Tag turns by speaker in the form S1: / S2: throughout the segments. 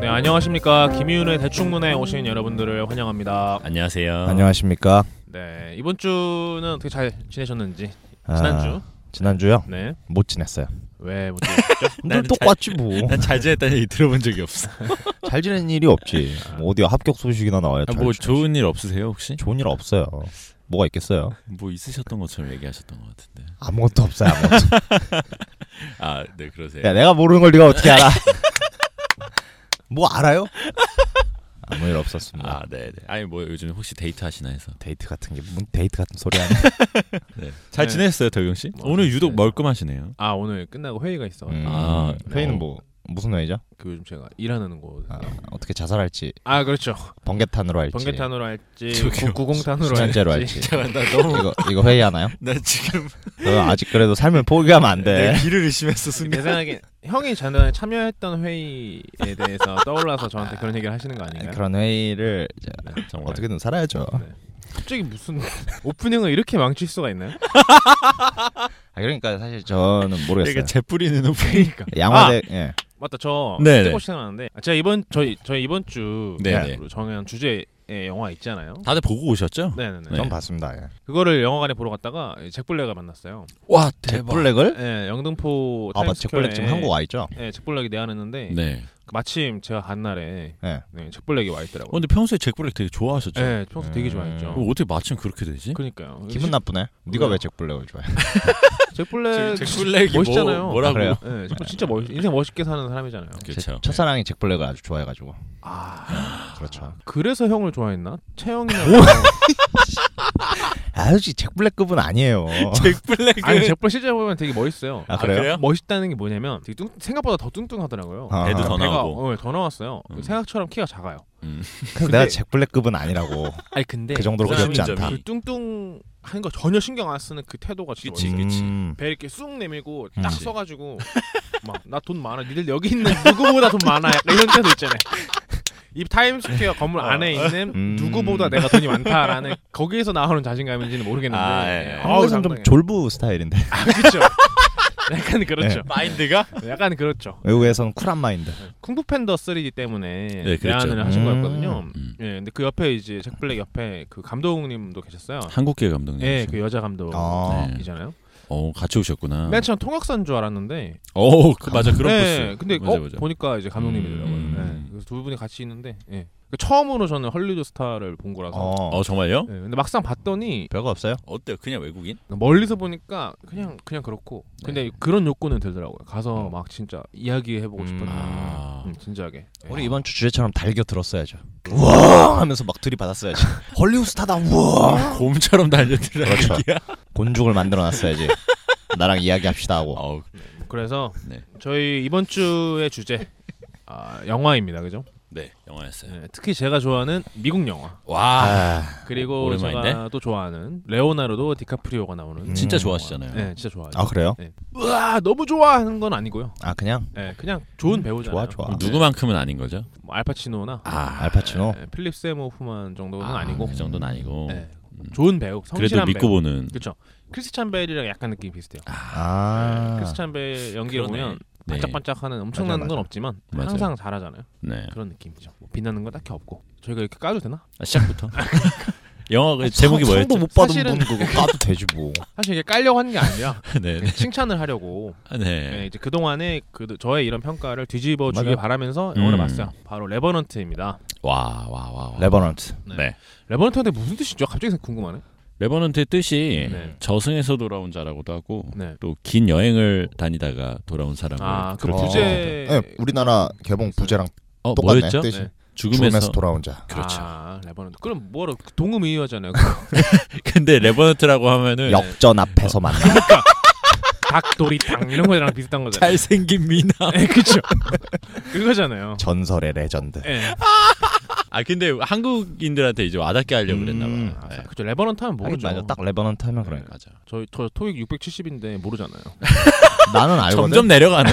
S1: 네, 안녕하십니까 김희윤의 대충문에 오신 여러분들을 환영합니다.
S2: 안녕하세요.
S3: 안녕하십니까?
S1: 네 이번 주는 어떻게 잘 지내셨는지
S3: 아,
S1: 지난주
S3: 지난주요?
S1: 네왜못
S3: 못 지냈어요.
S1: 지내셨죠?
S2: 나는
S3: 늘 똑같지 뭐.
S2: 난 잘 지냈다는 얘기 들어본 적이 없어.
S3: 잘 지낸 일이 없지. 뭐 어디 합격 소식이나 나와야 잘
S2: 뭐
S3: 지내지.
S2: 좋은 일 없으세요 혹시?
S3: 좋은 일 없어요. 뭐가 있겠어요?
S2: 뭐 있으셨던 것처럼 얘기하셨던 것 같은데.
S3: 아무것도 없어요. 아무것도.
S2: 아, 네 그러세요.
S3: 야, 내가 모르는 걸 네가 어떻게 알아? 뭐 알아요? 아무 일 없었습니다.
S2: 아, 네, 네. 아니 뭐 요즘 혹시 데이트 하시나 해서.
S3: 데이트 같은 게 무슨 데이트 같은 소리 하네.
S2: 네. 잘
S1: 네.
S2: 지냈어요, 덕용 씨?
S1: 뭐,
S2: 오늘 유독
S1: 네.
S2: 멀끔하시네요.
S1: 아 오늘 끝나고 회의가 있어.
S3: 음,
S2: 아,
S3: 회의는
S1: 어.
S3: 뭐 무슨 회의죠?
S1: 그 요즘 제가 일하는 곳.
S3: 아,
S1: 아,
S3: 어떻게 자살할지,
S1: 그렇죠.
S3: 번개탄으로 할지,
S1: 번개탄으로 할지
S2: 저기요.
S1: 구- 구공탄으로
S3: 수면제로
S1: 할지.
S3: 할지.
S2: 제가 나 너무
S3: 이거 이거 회의하나요?
S2: 나 네, 지금
S3: 그거 아직 그래도 삶을 포기하면 안 돼.
S2: 내 귀를 의심했어
S1: 내 생각에 형이 전에 참여했던 회의에 대해서 떠올라서 저한테 그런 얘기를 하시는 거 아닌가요?
S3: 그런 회의를 이제
S2: 정말.
S3: 어떻게든 살아야죠.
S1: 갑자기 무슨 오프닝을 이렇게 망칠 수가 있나요?
S3: 아, 그러니까 사실 저는 모르겠어요.
S2: 내가 재뿌리는 오프닝.
S1: 그러니까
S3: 양화대 예.
S1: 맞다 저
S2: 네네.
S1: 찍고 시작하는데 아, 제가 이번 저희 저희 이번 주
S2: 네네.
S1: 정한 주제의 영화 있잖아요.
S2: 다들 보고 오셨죠?
S1: 네네네.
S2: 네.
S3: 전 봤습니다. 예.
S1: 그거를 영화관에 보러 갔다가 잭블랙을 만났어요.
S2: 와
S3: 잭 블랙을?
S1: 네, 영등포
S3: 아, 맞.
S1: 타임스퀘어에-
S3: 잭 블랙 지금 한국 와 있죠?
S1: 네, 잭블랙이 내한했는데
S2: 네.
S1: 마침 제가 간 날에
S3: 예.
S1: 네, 잭블랙이 와
S2: 어,
S1: 있더라고요.
S2: 근데 평소에 잭블랙 되게 좋아하셨죠?
S1: 네, 평소 되게
S3: 음.
S1: 좋아했죠.
S2: 그럼 어떻게 마침 그렇게 되지?
S1: 그러니까요.
S3: 기분 나쁘네. 네가 왜 잭 블랙을 좋아해?
S1: 잭블랙
S2: 잭블랙이
S1: 멋있잖아요.
S2: 뭐,
S3: 아,
S2: 뭐라고?
S3: 그래요?
S1: 네, 잭블 진짜 멋 인생 멋있게 사는 사람이잖아요.
S2: 그렇죠.
S3: 제 첫사랑이 잭 블랙을 아주 좋아해 가지고.
S1: 아,
S3: 그렇죠.
S1: 그래서 형을 좋아했나? 채영이나 뭐?
S3: 아저씨 잭 블랙급은 아니에요.
S2: 잭블랙은
S1: 아니 잭블 실제 로 보면 되게 멋있어요.
S3: 아, 그래요?
S1: 멋있다는 게 뭐냐면 되게 뚱, 생각보다 더 뚱뚱하더라고요.
S3: 아,
S2: 배도 더
S1: 배가
S2: 나오고.
S1: 어, 더 나왔어요.
S2: 음.
S1: 생각처럼 키가 작아요.
S2: 음.
S3: 그래서 내가 잭 블랙급은 아니라고.
S1: 아니 근데
S3: 그 정도로
S2: 그
S3: 귀엽지
S2: 사람인
S3: 않다.
S2: 점이.
S1: 네, 그 뚱뚱한 거 전혀 신경 안 쓰는 그 태도가 진짜
S2: 그치.
S1: 멋있어요.
S2: 그치.
S3: 음.
S1: 배 이렇게 쑥 내밀고
S3: 음.
S1: 딱
S2: 그치.
S1: 써가지고 막 나 돈 많아. 니들 여기 있는 누구보다 돈 많아. 약간 이런 태도 있잖아요. 이 타임스퀘어 건물 안에 있는
S3: 음.
S1: 누구보다 내가 돈이 많다라는 거기에서 나오는 자신감인지는 모르겠는데 어,
S2: 아, 예, 예.
S1: 네. 아우,
S3: 한국에서는
S1: 상당해요.
S3: 좀 졸부 스타일인데.
S1: 아, 그렇죠. 약간 그렇죠.
S2: 마인드가
S1: 약간 그렇죠.
S3: 외국에서는 쿨한 마인드.
S1: 쿵푸 팬더 3D 때문에
S2: 네, 그랬죠.
S1: 내한을 하신
S3: 음.
S1: 거였거든요.
S2: 음.
S1: 예, 근데 그 옆에 이제 잭 블랙 옆에 그 감독님도 계셨어요.
S2: 한국계 감독님.
S1: 예, 그 여자 감독이잖아요.
S2: 어 같이 오셨구나.
S1: 네. 맨 처음 통역사인 줄 알았는데,
S2: 어, 그, 맞아 그런
S1: 예,
S2: 부스.
S1: 근데
S2: 맞아,
S1: 어,
S2: 맞아.
S1: 보니까 이제 감독님이더라고요.
S2: 음.
S1: 예, 그래서 두 분이 같이 있는데, 예. 그 처음으로 저는 헐리우드 스타를 본 거라서.
S3: 어.
S2: 어 정말요?
S1: 예, 근데 막상 봤더니
S3: 별거 없어요?
S2: 어때요? 그냥 외국인?
S1: 멀리서 보니까 그냥 그냥 그렇고 근데
S2: 네. 어.
S1: 그런 욕구는 들더라고요 가서 막 진짜 이야기해보고
S3: 음.
S1: 싶은
S2: 아.
S1: 음, 진지하게 예.
S3: 우리 이번 주 주제처럼 달겨 들었어야죠. 우와 하면서 막 들이받았어야지. 그렇죠. 헐리우드 스타다. 우와.
S2: 아, 곰처럼 달려들어.
S3: 그렇죠. 곤죽을 만들어 놨어야지. 나랑 이야기합시다 하고.
S2: 어,
S1: 그래서
S2: 네.
S1: 저희 이번 주의 주제 아, 영화입니다, 그죠?
S2: 네 영화였어요.
S1: 네, 특히 제가 좋아하는 미국 영화
S2: 와
S3: 아,
S1: 그리고
S2: 오랜만인데?
S1: 제가 또 좋아하는 레오나르도 디카프리오가 나오는
S3: 음.
S2: 진짜
S3: 영화.
S2: 좋아하시잖아요.
S1: 네, 진짜 좋아요.
S3: 아 그래요?
S1: 우와 너무 좋아하는 건 아니고요.
S3: 아 그냥
S1: 네, 그냥
S2: 음,
S1: 좋은 배우잖아요. 네.
S3: 좋아 좋아.
S2: 그럼 누구만큼은 아닌 거죠?
S1: 뭐 알파치노나
S2: 아
S3: 음. 알파치노.
S1: 네, 필립 세모 후만 정도는
S2: 아,
S1: 아, 니고
S2: 그 정도는 아니고.
S1: 네, 좋은 배우,
S2: 그래도
S1: 성실한
S2: 믿고
S1: 배우.
S2: 보는.
S1: 그렇죠. 크리스찬 베일이랑 약간 느낌이 비슷해요. 네,
S3: 아.
S1: 크리스찬 베일 연기를
S2: 그러네.
S1: 보면
S2: 네.
S1: 반짝반짝하는 엄청난
S3: 맞아,
S1: 건
S3: 맞아.
S1: 없지만
S2: 맞아요.
S1: 항상 잘하잖아요.
S2: 네.
S1: 그런 느낌이죠. 뭐 빛나는 건 딱히 없고 저희가 이렇게 까도 되나?
S2: 아, 시작부터. 영화 그 제목이
S3: 상-
S2: 뭐였죠?
S3: 상도 못 받은
S1: 사실은-
S3: 분 그거 까도 되지 뭐.
S1: 사실 이게 깔려고 하는 게 아니라
S2: 네.
S1: 그냥 칭찬을 하려고
S2: 아, 네.
S1: 예, 이제 그 동안에 그 저의 이런 평가를 뒤집어 주길
S3: 맞아요.
S1: 바라면서 영화를
S2: 음.
S1: 봤어요. 바로 레버넌트입니다.
S2: 와, 와, 와. 와.
S3: 레버넌트.
S1: 네.
S2: 네.
S1: 레버넌트한테 무슨 뜻이죠? 갑자기 궁금하네.
S2: 레버넌트의 뜻이
S1: 네.
S2: 저승에서 돌아온 자라고도 하고
S1: 네.
S2: 또 긴 여행을 다니다가 돌아온 사람을
S1: 아, 그
S2: 그렇게
S1: 부재-
S2: 해서-
S1: 부제-
S3: 예, 우리나라 개봉 부제랑
S2: 어
S3: 똑같네.
S2: 뭐였죠?
S3: 뜻이.
S1: 네.
S2: 죽음에서,
S3: 죽음에서 돌아온 자.
S2: 그렇죠.
S1: 아, 레버넌트. 그럼 뭐로 동음이의어잖아요. 그
S2: 근데 레버넌트라고
S3: 예.
S2: 하면은
S3: 역전 앞에서 만나.
S1: 닭도리탕 이런 거랑 비슷한 거잖아요.
S2: 잘생긴 미남.
S1: 예, 그렇죠. 그거잖아요.
S3: 전설의 레전드.
S1: 예.
S2: 아 근데 한국인들한테 이제 와닿게 하려고
S3: 음.
S2: 그랬나
S1: 아,
S2: 봐요. 네.
S1: 그렇죠. 레버넌트 하면
S3: 하긴
S1: 모르죠.
S3: 뭐 맞아. 딱 레버넌트 하면 그러니까.
S2: 맞아.
S1: 저희 저 토익 670인데 모르잖아요.
S3: 나는
S2: 점점
S3: 알거든.
S2: 내려가네.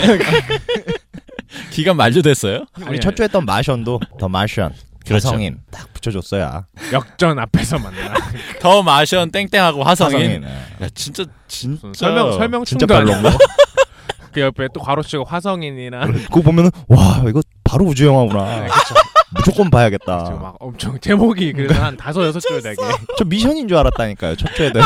S2: 기간 만료됐어요?
S3: 우리 첫 주에 했던 마션도 더 마션.
S2: 그렇죠.
S3: 화성인 딱 붙여줬어야.
S1: 역전 앞에서 만나.
S2: 더 마션 땡땡하고 화성인.
S3: 예.
S2: 야 진짜 진짜
S1: 음, 설명 설명
S3: 진짜
S1: 충도 아니고.
S3: 별로인가?
S1: 그 옆에 또 괄호 치고 화성인이나 네,
S3: 그거 보면은 와 이거 바로 우주 영화구나. 무조건
S1: 지금
S3: 봐야겠다.
S1: 막 엄청 제목이 그래서 한 다섯 여섯 줄 되게
S3: 저 아. 미션인 줄 알았다니까요. 첫 주에도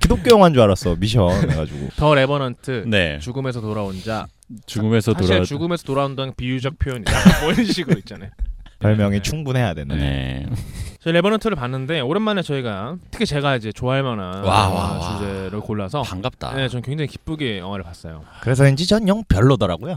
S3: 기독교 영화인 줄 알았어. 미션 해가지고.
S1: 더 레버넌트
S2: 네.
S1: 죽음에서 돌아온 자
S2: 죽음에서
S1: 사실
S2: 돌아.
S1: 죽음에서 돌아온다는 비유적 표현이다 뭐 이런 식으로 있잖아요
S3: 별명이
S1: 네.
S3: 충분해야 되네.
S2: 네.
S1: 저희 레버넌트를 봤는데 오랜만에 저희가 특히 제가 이제 좋아할 만한
S2: 와, 와, 와.
S1: 주제를 골라서
S2: 반갑다.
S1: 네, 전 굉장히 기쁘게 영화를 봤어요.
S3: 그래서인지 전 영 별로더라고요.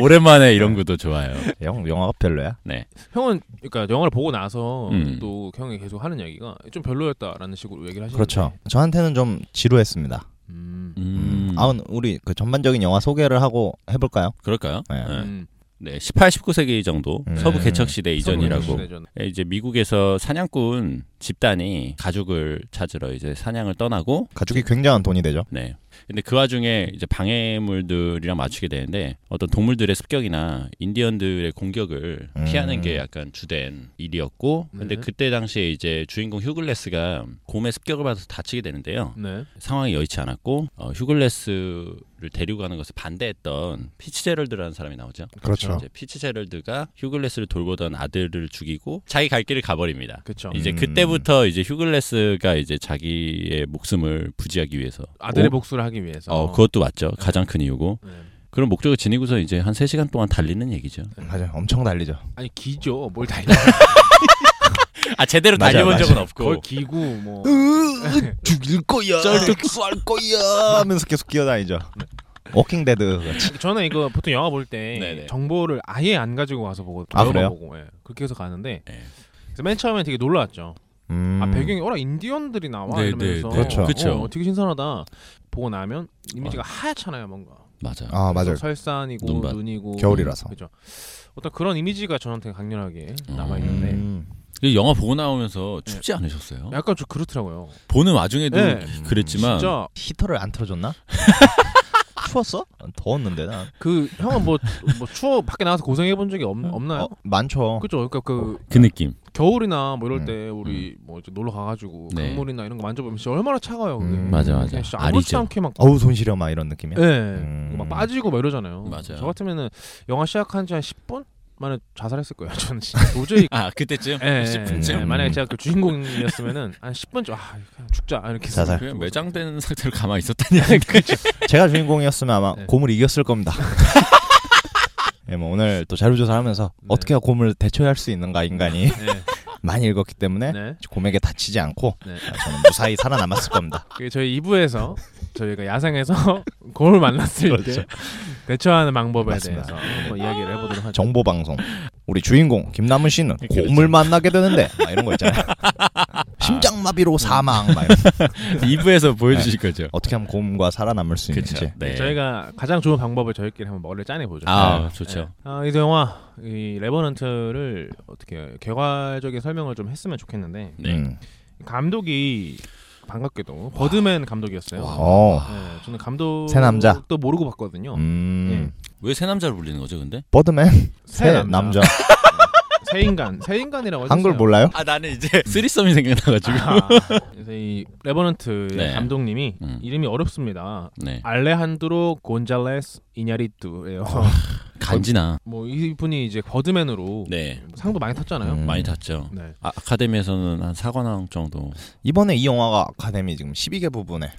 S2: 오랜만에 이런
S1: 네.
S2: 것도 좋아요.
S3: 영 영화가 별로야.
S2: 네.
S1: 형은 그러니까 영화를 보고 나서
S2: 음.
S1: 또 형이 계속 하는 얘기가 좀 별로였다라는 식으로 얘기를 하시는데
S3: 그렇죠. 저한테는 좀 지루했습니다.
S1: 음.
S2: 음.
S3: 아우 우리 그 전반적인 영화 소개를 하고 해볼까요?
S2: 그럴까요?
S3: 네.
S2: 네.
S1: 음.
S2: 네, 18, 19세기 정도
S3: 음.
S2: 서부 개척 시대
S1: 서부
S2: 이전이라고
S1: 개척 시대전.
S2: 예, 이제 미국에서 사냥꾼 집단이 가죽을 찾으러 이제 사냥을 떠나고
S3: 가족이 굉장한 돈이 되죠.
S2: 네. 근데 그 와중에 이제 방해물들이랑 맞추게 되는데 어떤 동물들의 습격이나 인디언들의 공격을
S3: 음.
S2: 피하는 게 약간 주된 일이었고 근데
S1: 네.
S2: 그때 당시에 이제 주인공 휴글레스가 곰의 습격을 받아서 다치게 되는데요.
S1: 네.
S2: 상황이 여의치 않았고 어, 휴글레스를 데리고 가는 것을 반대했던 피치제럴드라는 사람이 나오죠.
S3: 그렇죠.
S2: 이제 피치제럴드가 휴글레스를 돌보던 아들을 죽이고 자기 갈 길을 가버립니다.
S1: 그렇죠.
S2: 이제
S3: 음.
S2: 그때부터 이제 휴글레스가 이제 자기의 목숨을 부지하기 위해서
S1: 아들의
S2: 오-
S1: 복수를 하기 위해서.
S2: 어, 그것도 맞죠. 가장 큰 이유고.
S1: 네.
S2: 그런 목적을 지니고서 이제 한 3시간 동안 달리는 얘기죠.
S3: 맞아요. 엄청 달리죠.
S1: 아니 기죠. 뭘 달리?
S2: 아, 제대로
S3: 맞아요,
S2: 달려본
S3: 맞아요.
S2: 적은 없고.
S1: 그걸 기고 뭐.
S3: 죽일 거야. 쏠 거야. 하면서 계속 뛰어다니죠. 워킹 데드 같이.
S1: 저는 이거 보통 영화 볼 때
S2: 네네.
S1: 정보를 아예 안 가지고 와서 보고
S3: 아,
S1: 영화만
S3: 그래요?
S1: 보고 예. 그렇게 해서 가는데
S2: 네.
S1: 그래서 맨 처음에 되게 놀라웠죠.
S3: 음.
S1: 아 배경이 어라 인디언들이 나와
S2: 네,
S1: 이러면서
S2: 네,
S3: 네. 그렇죠.
S1: 어,
S2: 그쵸.
S1: 어, 되게 신선하다. 보고 나면 이미지가 하얗잖아요 뭔가.
S2: 맞아. 요
S3: 아 맞아요.
S1: 그래서 설산이고
S2: 눈밭.
S1: 눈이고 음,
S3: 겨울이라서.
S1: 그죠. 어떤 그런 이미지가 저한테 강렬하게
S2: 음.
S1: 남아 있는데
S3: 음.
S2: 그 영화 보고 나오면서 춥지 않으셨어요?
S1: 약간 좀 그렇더라고요.
S2: 네. 보는 와중에도
S1: 네.
S2: 그랬지만
S1: 진짜
S3: 히터를 안 틀어줬나? 추웠어? 더웠는데 나.
S1: 그 형은 뭐, 뭐 추워 밖에 나가서 고생해 본 적이 없,
S2: 음.
S1: 없나요?
S3: 어, 음. 많죠.
S1: 그죠. 그러니까 그
S2: 그 느낌.
S1: 겨울이나 뭐 이럴 때 우리 뭐 이제 놀러 가가지고
S2: 음. 네.
S1: 강물이나 이런 거 만져보면 진짜 얼마나 차가요. 그게.
S3: 음,
S2: 맞아,
S1: 그냥
S2: 맞아.
S1: 진짜 아무렇지
S2: 아리죠.
S1: 않게 막
S3: 어우 손 시려 막 이런 느낌이야.
S1: 예,
S3: 음.
S1: 막 빠지고 막 이러잖아요.
S2: 맞아요.
S1: 저 같으면은 영화 시작한 지 한 10분 만에 자살했을 거예요. 저는 진짜 도저히
S2: 아, 그때쯤
S1: 예,
S2: 10분쯤
S1: 예, 만약에 제가 그 주인공이었으면은 한 10분쯤 아 그냥 죽자 아, 이렇게
S3: 자살.
S2: 그냥 매장된 상태로 가만히 있었다니.
S3: 제가 주인공이었으면 아마
S1: 네.
S3: 곰을 이겼을 겁니다. 예, 뭐 오늘 또 자료조사하면서
S1: 네.
S3: 어떻게 곰을 대처할 수 있는가 인간이
S1: 네.
S3: 많이 읽었기 때문에
S1: 네.
S3: 곰에게 다치지 않고
S1: 네.
S3: 저는 무사히 살아남았을 겁니다.
S1: 그 저희 2부에서 저희가 야생에서 곰을 만났을 때 대처하는 방법에
S3: 맞습니다.
S1: 대해서 한번 이야기를 해보도록 하죠.
S3: 정보 방송. 우리 주인공 김남은 씨는
S2: 그렇죠.
S3: 곰을 만나게 되는데 막 이런 거 있잖아요.
S2: 아.
S3: 심장마비로 사망. 막 이런.
S2: 2부에서 보여주실 거죠.
S3: 어떻게 하면 곰과 살아남을 수 있는지.
S2: 네. 그렇죠. 네.
S1: 저희가 가장 좋은 방법을 저희끼리 한번 머리를 짜내 보죠.
S2: 아, 좋죠.
S1: 아, 이 영화 이 레버넌트를 어떻게 개괄적인 설명을 좀 했으면 좋겠는데
S2: 네.
S3: 음.
S1: 감독이 반갑게도 버드맨 감독이었어요.
S2: 와.
S3: 어.
S1: 네, 저는 감독
S3: 새 남자.
S1: 또 모르고 봤거든요.
S3: 음.
S2: 왜 새 남자를 불리는 거죠, 근데?
S3: 버드맨
S1: 새
S3: 새 남자.
S1: 새 인간, 새 인간이라고 해주세요.
S3: 한글 몰라요?
S2: 아, 나는 이제 쓰리썸이 생각나가지고.
S1: 아, 그래서 이 레버넌트
S2: 네.
S1: 감독님이
S2: 음.
S1: 이름이 어렵습니다.
S2: 네.
S1: 알레한드로 곤잘레스 이냐리뚜예요.
S3: 아.
S2: 간지나.
S1: 뭐 이분이 이제 버드맨으로
S2: 네.
S1: 상도 많이 탔잖아요.
S3: 음.
S2: 많이 탔죠.
S1: 네.
S2: 아, 아카데미에서는 한 사관왕 정도
S1: 아,
S3: 이번에 이 영화가 아카데미 지금 12개 부분에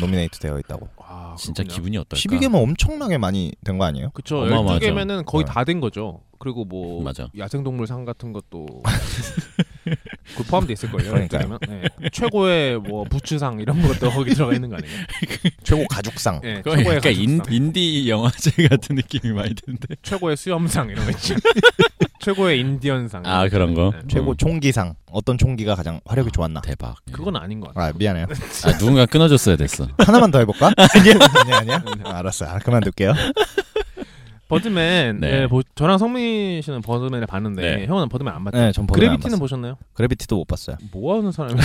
S3: 노미네이트 되어 있다고.
S1: 와,
S2: 진짜
S1: 그렇군요.
S2: 기분이 어떨까?
S3: 12개면 엄청나게 많이 된 거 아니에요?
S1: 그쵸.
S2: 어마어마하죠. 네.
S1: 12개면은 거의 다 된 거죠. 그리고 뭐
S2: 맞아.
S1: 야생동물상 같은 것도 그 포함돼 있을 거예요. 그러면.
S3: 그러니까요.
S1: 네. 최고의 뭐 부츠상 이런 것도 거기 들어가 있는 거 아니에요?
S3: 최고 가죽상.
S1: 네,
S2: 그거
S1: 최고의
S2: 그러니까 약간
S1: 가족상,
S2: 인, 인디 영화제 같은 느낌이 많이 드는데.
S1: 최고의 수염상 이런 거 있죠. 최고의 인디언상.
S2: 아, 그런 거?
S1: 네.
S3: 최고
S2: 음. 아, 네.
S3: 총기상. 어떤 총기가 가장 화력이 좋았나?
S2: 대박. 예.
S1: 그건 아닌 것 같아요.
S3: 아 미안해요.
S2: 아, 누군가 끊어줬어야 됐어.
S3: 하나만 더 해볼까? 아니야 아니야 아니야. 아, 알았어요. 아, 그만둘게요.
S1: 버드맨.
S2: 아. 네.
S1: 예, 보- 저랑 성민 씨는 버드맨을 봤는데
S2: 네.
S1: 형은 버드맨 안 봤죠.
S3: 네, 전 버드맨 안
S1: 그래비티는 뭐
S3: 봤어요.
S1: 보셨나요?
S3: 그래비티도 못 봤어요.
S1: 뭐 하는 사람이?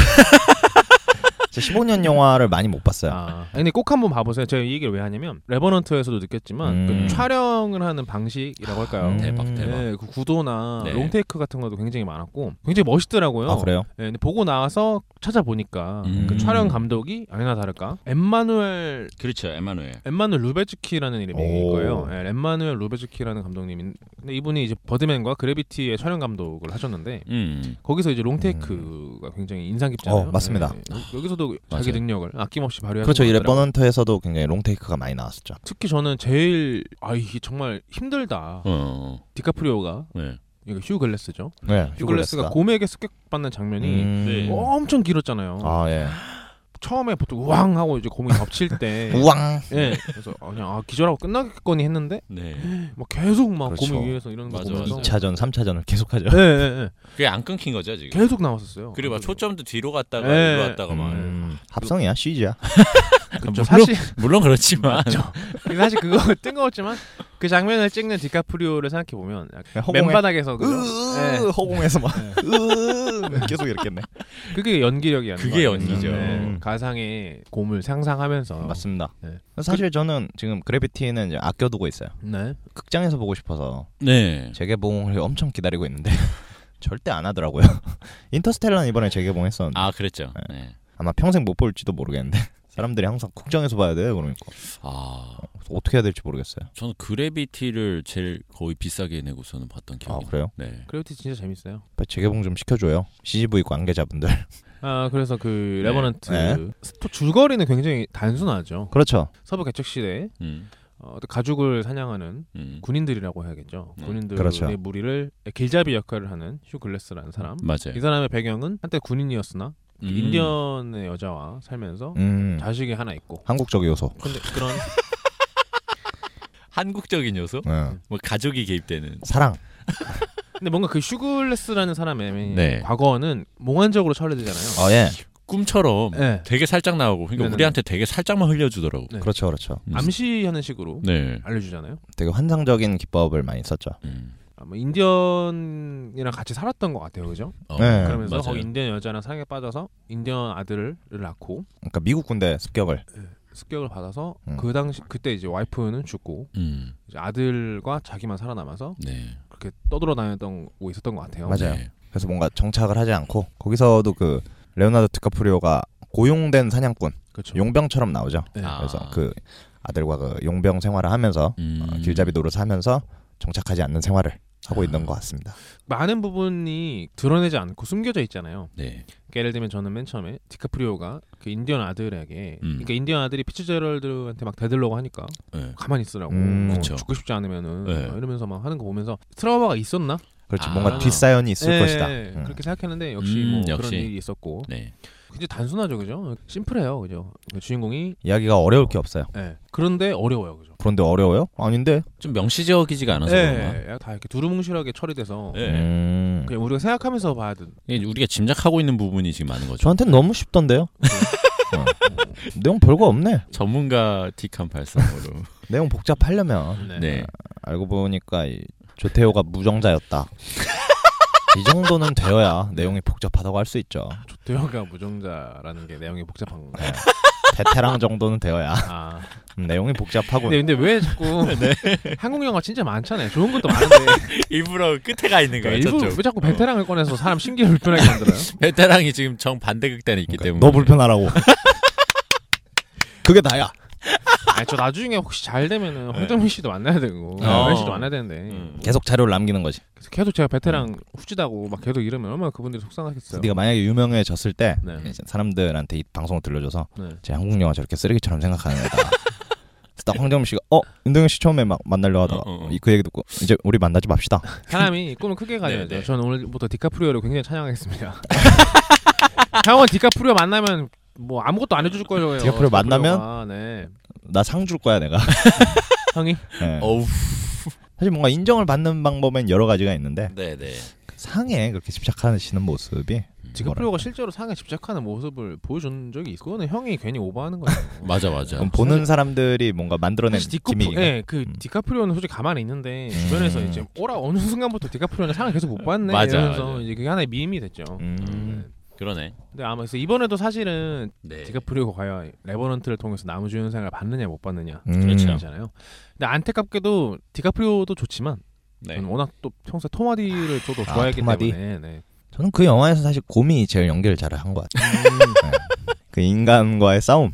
S3: 저 15년 영화를 많이 못 봤어요.
S1: 아, 아니, 근데 꼭 한번 봐보세요. 제가 이 얘기를 왜 하냐면 레버넌트에서도 느꼈지만
S3: 음.
S1: 그 촬영을 하는 방식이라고 할까요?
S3: 음.
S2: 대박 대박.
S1: 네, 그 구도나
S2: 네.
S1: 롱테이크 같은 것도 굉장히 많았고 굉장히 멋있더라고요.
S3: 아 그래요?
S1: 네, 근데 보고 나서 찾아보니까
S2: 음.
S1: 그 촬영 감독이 아니나 다를까 엠마누엘
S2: 그렇죠 에마누엘.
S1: 엠마누엘 루베츠키라는 이름일
S3: 오.
S1: 거예요. 예, 엠마누엘 루베츠키라는 감독님인 근데 이분이 이제 버드맨과 그래비티의 촬영 감독을 하셨는데
S2: 음.
S1: 거기서 이제 롱테이크가 굉장히 인상 깊잖아요.
S3: 음. 어, 맞습니다.
S1: 예, 여- 여기서도 자기
S2: 맞아요.
S1: 능력을 아낌없이 발휘하는
S3: 그렇죠.
S1: 것
S3: 이래
S1: 같더라고요.
S3: 버넌트에서도 굉장히 롱테이크가 많이 나왔었죠.
S1: 특히 저는 제일 아 이게 정말 힘들다.
S2: 어, 어.
S1: 디카프리오가
S2: 네.
S1: 이거 휴 글래스죠.
S3: 네.
S1: 휴 글래스가 곰에게 습격받는 장면이
S3: 음.
S2: 네.
S1: 엄청 길었잖아요.
S3: 아 예.
S1: 처음에 보통 우왕 하고 이제 곰이 덮칠 때
S3: 우왕.
S1: 예. 그래서 아, 그냥 아, 기절하고 끝나겠거니 했는데
S2: 네.
S1: 막 계속 막
S3: 그렇죠.
S1: 곰이 위에서 이러는 거
S2: 맞아,
S1: 보면서
S2: 맞아.
S3: 2차전, 3차전을 계속하죠.
S1: 예, 예, 예.
S2: 그게 안 끊긴 거죠 지금.
S1: 계속 나왔었어요.
S2: 그리고 막 초점도 뒤로 갔다가
S1: 네.
S2: 뒤로 갔다가 막.
S3: 음, 합성이야, CG야.
S1: 그쵸, 사실
S2: 물론 그렇지만.
S1: 사실 그거 뜬금없지만 그 장면을 찍는 디카프리오를 생각해 보면
S3: 허공에-
S1: 맨바닥에서 그죠?
S3: 으
S1: 예.
S3: 허공에서 막 으 계속 이렇겠네.
S1: 그게 연기력이야. 네.
S2: 그게 연기죠.
S3: 음.
S1: 가상의 곰을 상상하면서
S3: 맞습니다.
S1: 네.
S3: 사실 저는 지금 그래비티는 이제 아껴두고 있어요.
S1: 네.
S3: 극장에서 보고 싶어서
S2: 네.
S3: 재개봉을 엄청 기다리고 있는데 절대 안 하더라고요. 인터스텔라는 이번에 재개봉했었는데
S2: 아 그랬죠. 네.
S3: 아마 평생 못 볼지도 모르겠는데 사람들이 항상 극장에서 봐야 돼 그러니까
S2: 아
S3: 그래서 어떻게 해야 될지 모르겠어요.
S2: 저는 그래비티를 제일 거의 비싸게 내고서는 봤던
S3: 아
S2: 기억이. 나요.
S3: 그래요?
S2: 네.
S1: 그래비티 진짜 재밌어요.
S3: 빨리 재개봉 좀 시켜줘요. CGV 관계자분들.
S1: 아 그래서 그
S2: 네.
S1: 레버넌트
S3: 네.
S1: 스토 줄거리는 굉장히 단순하죠.
S3: 그렇죠.
S1: 서부 개척 시대에
S2: 음.
S1: 어, 가죽을 사냥하는
S2: 음.
S1: 군인들이라고 해야겠죠.
S2: 음.
S1: 군인들의
S3: 그렇죠.
S1: 무리를 길잡이 역할을 하는 휴 글래스라는 사람. 이
S2: 맞아요.
S1: 사람의 배경은 한때 군인이었으나 그
S2: 네. 음.
S1: 인디언의 여자와 살면서
S3: 음
S1: 자식이 하나 있고.
S3: 한국적 요소.
S1: 근데 그런
S2: 한국적인 요소?
S3: 네.
S2: 뭐 가족이 개입되는.
S3: 사랑.
S1: 근데 뭔가 그 슈글레스라는 사람의 음,
S2: 네.
S1: 과거는 몽환적으로 처리되잖아요.
S3: 어 예.
S2: 음. 꿈처럼
S1: 네.
S2: 되게 살짝 나오고 그러니까
S1: 네네네.
S2: 우리한테 되게 살짝만 흘려주더라고.
S1: 네.
S3: 그렇죠, 그렇죠.
S2: 음.
S1: 암시하는 식으로
S2: 네.
S1: 알려주잖아요.
S3: 되게 환상적인 기법을 많이 썼죠.
S2: 음.
S1: 아마 인디언이랑 같이 살았던 것 같아요, 그죠?
S2: 어,
S3: 네.
S1: 그러면서
S2: 맞아요.
S1: 거기 인디언 여자랑 사랑에 빠져서 인디언 아들을 낳고
S3: 그러니까 미국 군대 습격을.
S1: 습격을 받아서
S3: 음.
S1: 그 당시 그때 이제 와이프는 죽고
S2: 음.
S1: 이제 아들과 자기만 살아남아서
S2: 네.
S1: 그렇게 떠돌아다녔던 거 있었던 것 같아요.
S3: 맞아요.
S2: 네.
S3: 그래서 뭔가 정착을 하지 않고 거기서도 그 레오나르도 디카프리오가 고용된 사냥꾼
S1: 그렇죠.
S3: 용병처럼 나오죠.
S1: 네.
S2: 아.
S3: 그래서 그 아들과 그 용병 생활을 하면서
S2: 음. 아.
S3: 어, 길잡이 노릇을 하면서 정착하지 않는 생활을 하고 있는 것 같습니다.
S1: 많은 부분이 드러내지 않고 숨겨져 있잖아요.
S2: 네.
S1: 그러니까 예를 들면 저는 맨 처음에 디카프리오가 그 인디언 아들에게
S2: 음.
S1: 그러니까 인디언 아들이 피츠제럴드한테 막 대들려고 하니까
S2: 네.
S1: 가만히 있으라고 뭐
S3: 음.
S2: 그쵸.
S1: 죽고 싶지 않으면은
S2: 네.
S1: 막 이러면서 막 하는 거 보면서 트라우마가 있었나
S3: 그렇죠.
S2: 아.
S3: 뭔가 뒷사연이 있을
S1: 예,
S3: 것이다.
S1: 예,
S3: 음.
S1: 그렇게 생각했는데 역시
S2: 음,
S1: 뭐
S2: 역시.
S1: 그런 일이 있었고
S2: 네.
S1: 굉장히 단순하죠, 그죠? 심플해요, 그죠? 그 주인공이
S3: 이야기가 어려울 게 없어요.
S1: 예. 그런데 어려워요, 그죠?
S3: 그런데 어려워요? 아닌데.
S2: 좀 명시적이지가 않아서 그런가?
S1: 예, 다 이렇게 두루뭉실하게 처리돼서
S2: 네.
S3: 음.
S1: 그냥 우리가 생각하면서 봐야 된.
S2: 이게 우리가 짐작하고 있는 부분이 지금 많은 거죠.
S3: 저한테는 너무 쉽던데요. 어. 내용 별거 없네.
S2: 전문가 티칸 발상으로.
S3: 내용 복잡하려면
S1: 예,
S2: 네.
S3: 알고 보니까 이 조태호가 무정자였다. 이 정도는 되어야 내용이 복잡하다고 할 수 있죠.
S1: 조태호가 무정자라는 게 내용이 복잡한 거.
S3: 베테랑 정도는 되어야
S1: 아.
S3: 음, 내용이 복잡하고
S1: 근데
S2: 네,
S1: 근데 왜 자꾸 한국 영화 진짜 많잖아요. 좋은 것도 많은데 그러니까
S2: 일부러 끝에 가 있는 거예요.
S3: 그러니까
S1: 일부
S2: 저쪽.
S1: 왜 자꾸 베테랑을 꺼내서 사람 신기를 불편하게 만들어요?
S2: 베테랑이 지금 정 반대 극단에 있기 때문에.
S3: 그러니까 너 불편하라고. 그게 나야.
S1: 아니 저 나중에 혹시 잘 되면은 홍정민 씨도 만나야 되고
S2: 어.
S1: 袁 씨도 만나야 되는데
S2: 음.
S3: 계속 자료를 남기는 거지.
S1: 그래서 계속 제가 베테랑 후지다고 막 계속 이러면 얼마나 그분들이 속상하겠어요.
S3: 네가 만약에 유명해졌을 때
S2: 음.
S1: 네.
S3: 이제 사람들한테 이 방송을 들려줘서
S1: 네.
S3: 제 한국 영화 저렇게 쓰레기처럼 생각하는 애다. 그래서 딱 황정민 씨가 어 윤동현 씨 처음에 막 만나려 하다가
S2: 어, 어, 어.
S3: 이 그 얘기 듣고 이제 우리 만나지 맙시다.
S1: 사람이 꿈을 크게 가져야
S2: 네,
S1: 돼요.
S2: 네.
S1: 저는 오늘부터 디카프리오를 굉장히 찬양하겠습니다. 형은 디카프리오 만나면 뭐 아무것도 안 해줄 거예요.
S3: 디카프리오 만나면?
S1: 디카프리오가. 네.
S3: 나 상 줄 거야 내가.
S1: 형이
S3: 네.
S2: 어우.
S3: 사실 뭔가 인정을 받는 방법엔 여러 가지가 있는데
S2: 네, 네.
S3: 상에 그렇게 집착하시는 모습이
S1: 디카프리오가 실제로 상에 집착하는 모습을 보여준 적이 있고 그거는 형이 괜히 오버하는 거예요.
S2: 맞아 맞아.
S3: 그럼 보는 사람들이 뭔가 만들어낸
S1: 사실 디코프,
S3: 기믹이
S1: 예, 그
S3: 음.
S1: 디카프리오는 솔직히 가만히 있는데
S3: 음.
S1: 주변에서 이제 오라 어느 순간부터 디카프리오는 상을 계속 못 봤네
S2: 맞아,
S1: 이러면서
S2: 맞아.
S1: 이제 그게 하나의 밈이 됐죠.
S3: 음.
S1: 네.
S2: 그러네.
S1: 근데 아마 그래서 이번에도 사실은
S2: 네.
S1: 디카프리오가 과연 레버넌트를 통해서 남주연상을 받느냐 못 받느냐
S3: 음.
S2: 그렇죠.
S1: 잖아요. 근데 안타깝게도 디카프리오도 좋지만
S2: 네.
S1: 저는 워낙 또 평소에 토마디를 저도
S3: 아,
S1: 좋아했기
S3: 토마디.
S1: 때문에 네.
S3: 저는 그 영화에서 사실 곰이 제일 연기를 잘한 것 같아요. 그 인간과의 싸움,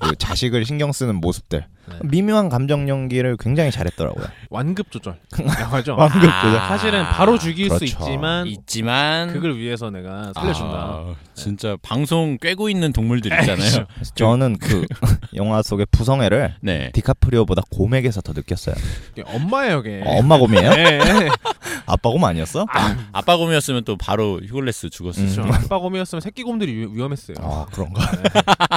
S3: 그 자식을 신경 쓰는 모습들,
S1: 네.
S3: 미묘한 감정 연기를 굉장히 잘했더라고요.
S1: 완급 조절 영화죠.
S3: 완급 조절.
S1: 사실은 바로 죽일
S3: 그렇죠.
S1: 수 있지만
S2: 아. 있지만
S1: 그걸 위해서 내가 살려준다. 네.
S2: 아, 진짜 방송 꿰고 있는 동물들 있잖아요.
S3: 저는 그 영화 속의 부성애를
S2: 네.
S3: 디카프리오보다 곰에게서 더 느꼈어요.
S1: 이게 엄마예요, 이게.
S3: 어, 엄마 곰이에요?
S1: 네.
S3: 아빠 곰 아니었어?
S2: 아빠 곰이었으면 또 바로 휴글레스 죽었을
S1: 그렇죠.
S3: 음.
S2: 죠
S1: 아빠 곰이었으면 새끼 곰들이 위, 위험했어요.
S3: 아 그런가?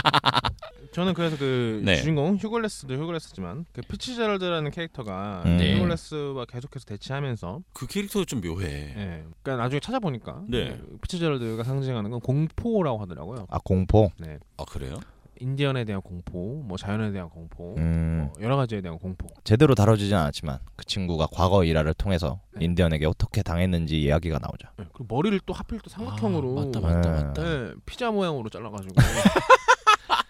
S1: 저는 그래서 그
S2: 네.
S1: 주인공 휴글레스도 휴글레스지만 그 피치제럴드라는 캐릭터가 그
S3: 음. 네.
S1: 휴글레스와 계속해서 대치하면서
S2: 그 캐릭터도 좀 묘해.
S1: 예. 그러니까 나중에 찾아보니까
S2: 네.
S1: 피치제럴드가 상징하는 건 공포라고 하더라고요.
S3: 아 공포.
S2: 아 그래요?
S1: 인디언에 대한 공포, 뭐 자연에 대한 공포,
S3: 음
S1: 뭐 여러 가지에 대한 공포.
S3: 제대로 다뤄지진 않았지만 그 친구가 과거 일화를 통해서
S1: 네.
S3: 인디언에게 어떻게 당했는지 이야기가 나오죠.
S1: 예, 그리고 머리를 또 하필 또 삼각형으로
S2: 아, 맞다 맞다
S3: 네.
S2: 맞다.
S1: 예, 피자 모양으로 잘라가지고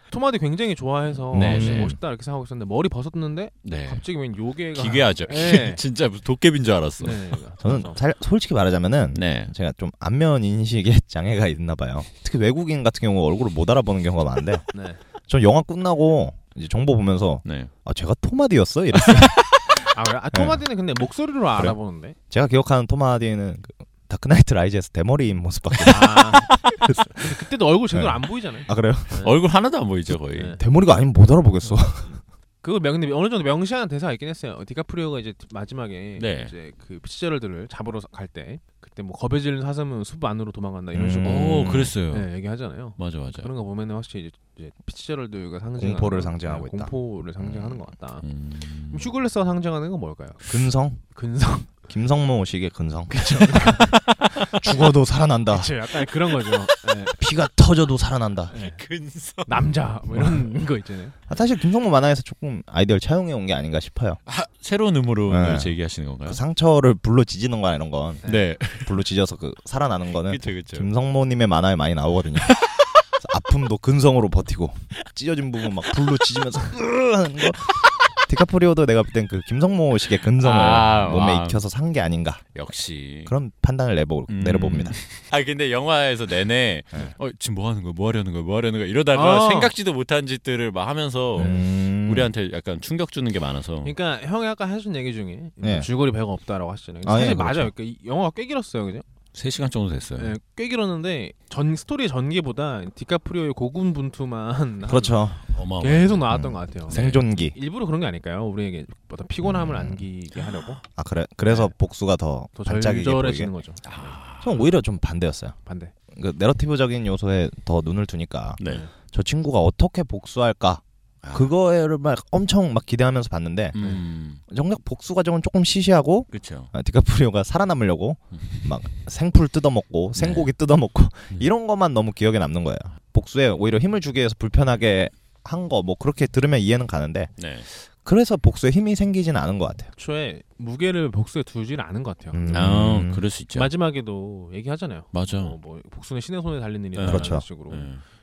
S1: 토마디 굉장히 좋아해서
S2: 네,
S1: 아, 진짜
S3: 네.
S1: 멋있다 이렇게 생각하고 있었는데 머리 벗었는데
S2: 네.
S1: 갑자기 웬 요괴가
S2: 기괴하죠.
S1: 아, 네.
S2: 진짜 무슨 도깨비인 줄 알았어. 네.
S1: 네.
S3: 저는
S1: 그래서
S3: 살- 솔직히 말하자면은
S2: 네.
S3: 제가 좀 안면 인식에 장애가 있나 봐요. 특히 외국인 같은 경우 얼굴을 못 알아보는 경우가 많은데
S1: 네.
S3: 전 영화 끝나고 이제 정보 보면서
S2: 네.
S3: 아 제가 토마디였어 이랬어요.
S1: 아, 그래? 아 토마디는 근데 목소리로 알아보는데.
S3: 제가 기억하는 토마디는 그 다크나이트 라이즈에서 대머리인 모습밖에.
S1: 아, 그때도 얼굴 제대로
S3: 네.
S1: 안 보이잖아요.
S3: 아 그래요?
S2: 얼굴 하나도 안 보이죠 거의.
S1: 네.
S3: 대머리가 아니면 못 알아보겠어.
S1: 그거 명, 근데 어느 정도 명시하는 대사가 있긴 했어요. 어, 디카프리오가 이제 마지막에
S2: 네.
S1: 이제 그 피치제럴드를 잡으러 갈 때 그때 뭐 겁에 질린 사슴은 숲 안으로 도망간다 이런 식으로
S3: 음.
S2: 오 네. 그랬어요.
S1: 네, 얘기하잖아요.
S2: 맞아 맞아.
S1: 그런 거 보면은 확실히 이제, 이제 피치제럴드가 상징
S3: 공포를 상징하고 있다.
S1: 네, 공포를 상징하는 것 같다.
S2: 음...
S1: 그럼 슈글레스가 상징하는 건 뭘까요?
S3: 근성?
S1: 근성.
S3: 김성모 식의 근성. 죽어도 살아난다.
S1: 그쵸, 약간 그런 거죠. 네,
S3: 피가 터져도 살아난다.
S2: 네. 근성.
S1: 남자 뭐
S2: 어.
S1: 이런 거 있잖아요.
S3: 아, 사실 김성모 만화에서 조금 아이디어를 차용해 온 게 아닌가 싶어요.
S2: 새로운 음으로
S3: 네.
S2: 제기하시는 건가요?
S3: 그 상처를 불로 지지는 거나 이런 건
S2: 네.
S3: 불로 지져서 그 살아나는
S1: 네.
S3: 거는
S2: 그렇죠 그렇죠.
S3: 김성모님의 만화에 많이 나오거든요. 그래서 아픔도 근성으로 버티고 찢어진 부분 막 불로 지지면서 으 하는 거. 디카프리오도 내가 볼 땐 그 김성모식의 근성을
S2: 아,
S3: 몸에
S2: 아.
S3: 익혀서 산 게 아닌가
S2: 역시.
S3: 그런 판단을 내보,
S2: 음.
S3: 내려봅니다.
S2: 아 근데 영화에서 내내 어 지금 뭐 하는 거야 뭐 하려는 거야 뭐 하려는 거야 이러다가
S1: 아.
S2: 생각지도 못한 짓들을 막 하면서
S3: 음.
S2: 우리한테 약간 충격 주는 게 많아서
S1: 그러니까 형이 아까 하신 얘기 중에
S3: 네.
S1: 줄거리 배가 없다라고 하시잖아요.
S3: 아,
S1: 사실
S3: 예,
S1: 맞아요.
S3: 그렇죠.
S1: 그러니까 이 영화가 꽤 길었어요, 그죠?
S2: 3시간 정도 됐어요.
S3: 네.
S1: 예, 꽤 길었는데 전 스토리 전개보다 디카프리오의 고군분투만
S3: 그렇죠. 음.
S2: 어마어마.
S1: 계속 나왔던 것 같아요.
S3: 생존기.
S1: 일부러 그런 게 아닐까요? 우리에게 어떤 피곤함을 안기게 하려고
S3: 아 그래 그래서 복수가 더,
S1: 더
S3: 음. 반짝이게 보이게. 아.
S1: 절절해지는 거죠.
S3: 전 오히려 좀 반대였어요.
S1: 반대.
S3: 그 내러티브적인 요소에 더 눈을 두니까
S2: 네.
S3: 저 친구가 어떻게 복수할까 그거를 막 엄청 막 기대하면서 봤는데
S2: 음.
S3: 정작 복수 과정은 조금 시시하고
S2: 그렇죠.
S3: 아, 디카프리오가 살아남으려고 막 생풀 뜯어먹고
S2: 네.
S3: 생고기 뜯어먹고
S2: 음.
S3: 이런 것만 너무 기억에 남는 거예요. 복수에 오히려 힘을 주기 위해서 불편하게 한 거 뭐 그렇게 들으면 이해는 가는데
S2: 네.
S3: 그래서 복수에 힘이 생기진 않은 것 같아요.
S1: 초에 무게를 복수에 두질 않은 것 같아요.
S3: 음.
S2: 아, 그럴 수 있죠.
S1: 마지막에도 얘기하잖아요.
S2: 맞아.
S1: 어, 뭐 복수는 신의 손에 달린 일이다.
S2: 네.
S3: 그렇죠.
S1: 이런 식으로.
S2: 네.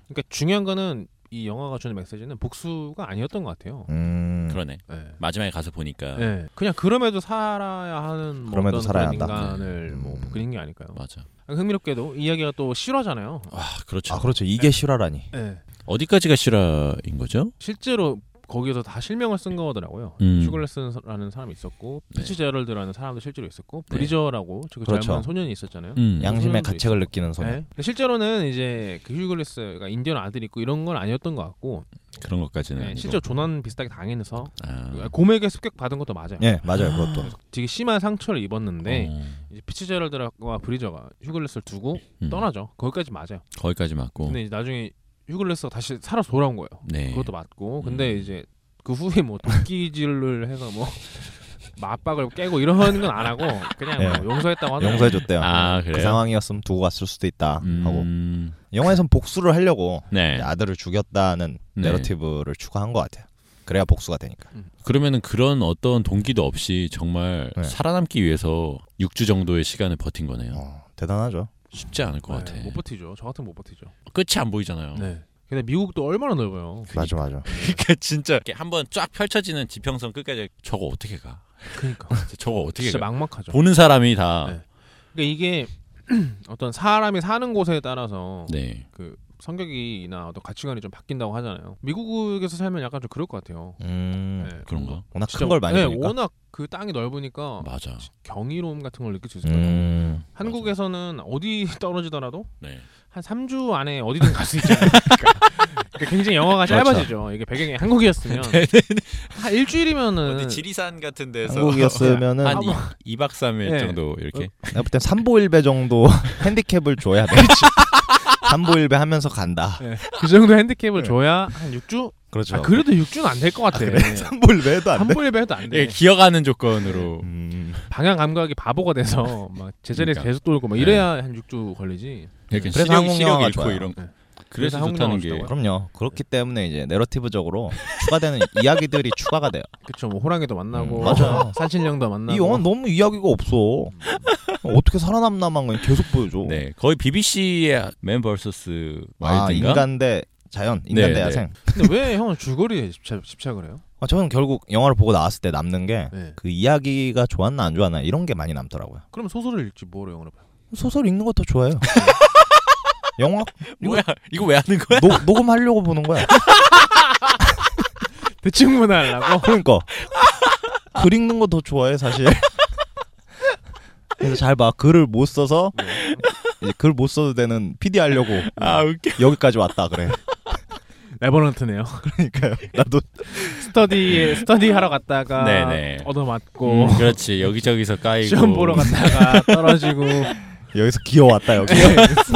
S1: 그러니까 중요한 거는 이 영화가 주는 메시지는 복수가 아니었던 것 같아요.
S3: 음.
S2: 그러네.
S1: 예.
S2: 마지막에 가서 보니까
S1: 예. 그냥 그럼에도 살아야 하는 뭐
S3: 네. 그럼에도
S1: 어떤
S3: 살아야
S1: 그런
S3: 한다.
S1: 인간을
S3: 네.
S1: 뭐
S3: 음.
S1: 그린 게 아닐까요?
S2: 맞아.
S1: 흥미롭게도 이야기가 또 실화잖아요.
S2: 아, 그렇죠.
S3: 아 그렇죠. 이게 실화라니.
S1: 예.
S2: 어디까지가 실화인 거죠?
S1: 실제로 거기에서 다 실명을 쓴 거더라고요.
S2: 음.
S1: 슈글레스라는 사람이 있었고
S2: 네.
S1: 피치 제럴드라는 사람도 실제로 있었고
S2: 네.
S1: 브리저라고 저그
S3: 그렇죠.
S1: 젊은 소년이 있었잖아요.
S2: 음.
S3: 양심의
S1: 소년도
S3: 가책을 느끼는 소년.
S1: 네. 근데 실제로는 이제 그 휴글레스가 인디언 아들 있고 이런 건 아니었던 것 같고
S2: 그런 것까지는
S1: 네,
S2: 아니고.
S1: 실제로 조난 비슷하게 당해서
S2: 아.
S1: 곰에게 습격 받은 것도 맞아요.
S3: 예, 맞아요. 그것도.
S1: 되게 심한 상처를 입었는데
S2: 어.
S1: 이제 피치 제럴드와 브리저가 휴글레스를 두고
S2: 음. 어.
S1: 떠나죠. 거기까지 맞아요.
S2: 거기까지 맞고.
S1: 근데 이제 나중에 휴글레스가 다시 살아 서 돌아온 거예요.
S2: 네.
S1: 네. 그것도 맞고
S2: 음.
S1: 근데 이제 그 후에 뭐 도끼질을 해서 뭐 맞박을 깨고 이런 건 안 하고 그냥
S3: 예.
S1: 뭐 용서했다고 하더라고요.
S3: 용서해줬대요.
S2: 아,
S3: 그
S2: 그래요?
S3: 상황이었으면 두고 갔을 수도 있다 하고
S2: 음.
S3: 영화에선 복수를 하려고
S2: 네.
S3: 아들을 죽였다는
S2: 네.
S3: 내러티브를 추가한 것 같아요. 그래야 복수가 되니까.
S2: 그러면은 그런 어떤 동기도 없이 정말
S3: 네.
S2: 살아남기 위해서 6주 정도의 시간을 버틴 거네요.
S3: 어, 대단하죠.
S2: 쉽지 않을 것 같아. 어.
S1: 네, 못 버티죠. 저 같으면 못 버티죠.
S2: 끝이 안 보이잖아요.
S1: 네. 근데 미국도 얼마나 넓어요.
S3: 맞아 맞아.
S2: 그러니까 진짜 이렇게 한번 쫙 펼쳐지는 지평선 끝까지 저거 어떻게 가?
S1: 그러니까
S2: 진짜 저거 어떻게
S1: 진짜
S2: 가?
S1: 막막하죠.
S2: 보는 사람이 다.
S1: 그러니까 이게 어떤 사람이 사는 곳에 따라서
S2: 네.
S1: 그 성격이나 어떤 가치관이 좀 바뀐다고 하잖아요. 미국에서 살면 약간 좀 그럴 것 같아요.
S3: 음,
S1: 네.
S2: 그런가?
S3: 워낙
S1: 진짜-
S3: 큰 걸 많이
S1: 네,
S3: 보니까.
S1: 워낙 그 땅이 넓으니까
S2: 맞아.
S1: 경이로움 같은 걸 느낄 수 있을 거예요.
S3: 음,
S1: 한국에서는 어디 떨어지더라도
S2: 네.
S1: 한 3주 안에 어디든 갈 수 있잖아요. 그러니까 굉장히 영화가
S3: 그렇죠.
S1: 짧아지죠. 이게 배경이 한국이었으면 한 일주일이면은
S2: 어디 지리산 같은 데서 아,
S3: 한국이었으면은
S2: 한 2박 3일
S1: 네.
S2: 정도 이렇게.
S3: 내가 볼땐 삼보일배 정도 핸디캡을 줘야 돼. 삼보일배 하면서 간다.
S1: 네, 그 정도 핸디캡을
S3: 네.
S1: 줘야 한 6주?
S3: 그렇죠.
S1: 아, 그래도 6주는 안 될 것 같아.
S3: 삼보일배도 안 돼.
S1: 3분의 1도 안 돼.
S2: 예, 기어가는 조건으로.
S3: 음,
S1: 방향 감각이 바보가 돼서 막 제자리에서
S2: 그러니까.
S1: 계속 돌고 막 이래야 한 6주 걸리지.
S2: 이렇게
S3: 그래서
S2: 시력,
S3: 한국
S2: 시력
S3: 영화가
S2: 잃고
S3: 좋아요.
S2: 이런 거.
S1: 네. 그래서
S2: 그래서
S1: 한국
S2: 좋다는
S1: 영화가
S2: 게
S1: 좋다고요?
S3: 그럼요. 그렇기 때문에 이제 내러티브적으로 추가되는 이야기들이 추가가 돼요.
S1: 그쵸 뭐 호랑이도 만나고
S3: 음, 맞아요.
S1: 산신령도 만나고
S3: 이 영화 너무 이야기가 없어. 어떻게 살아남나만 그냥 계속 보여줘.
S2: 네, 거의 BBC의 맨 vs
S3: 아
S2: 와일드인가?
S3: 인간 대 자연, 인간
S2: 네, 네.
S3: 대 야생.
S1: 근데 왜 형은 줄거리에 집착, 집착을 해요?
S3: 아, 저는 결국 영화를 보고 나왔을 때 남는 게 그
S1: 네.
S3: 이야기가 좋았나 안 좋았나 이런 게 많이 남더라고요.
S1: 그럼 소설을 읽지 뭐로 영어로 봐요?
S3: 소설 읽는 것도 좋아요. 네. 영화
S2: 뭐야? 이거 왜 하는 거야?
S3: 노, 녹음하려고 보는 거야.
S2: 아,
S1: 대충 문화하려고?
S3: 그러니까 글 읽는 거 더 좋아해 사실. 그래서 잘 봐. 글을 못 써서 글 못 써도 되는 PD 하려고
S2: 네. 아 웃겨.
S3: 여기까지 왔다 그래.
S1: 레버넌트네요
S3: 그러니까요. 나도
S1: 스터디 스터디 하러 갔다가
S2: 네네.
S1: 얻어맞고
S2: 음, 그렇지. 여기저기서 까이고.
S1: 시험 보러 갔다가 떨어지고
S3: 여기서 기어왔다 여기.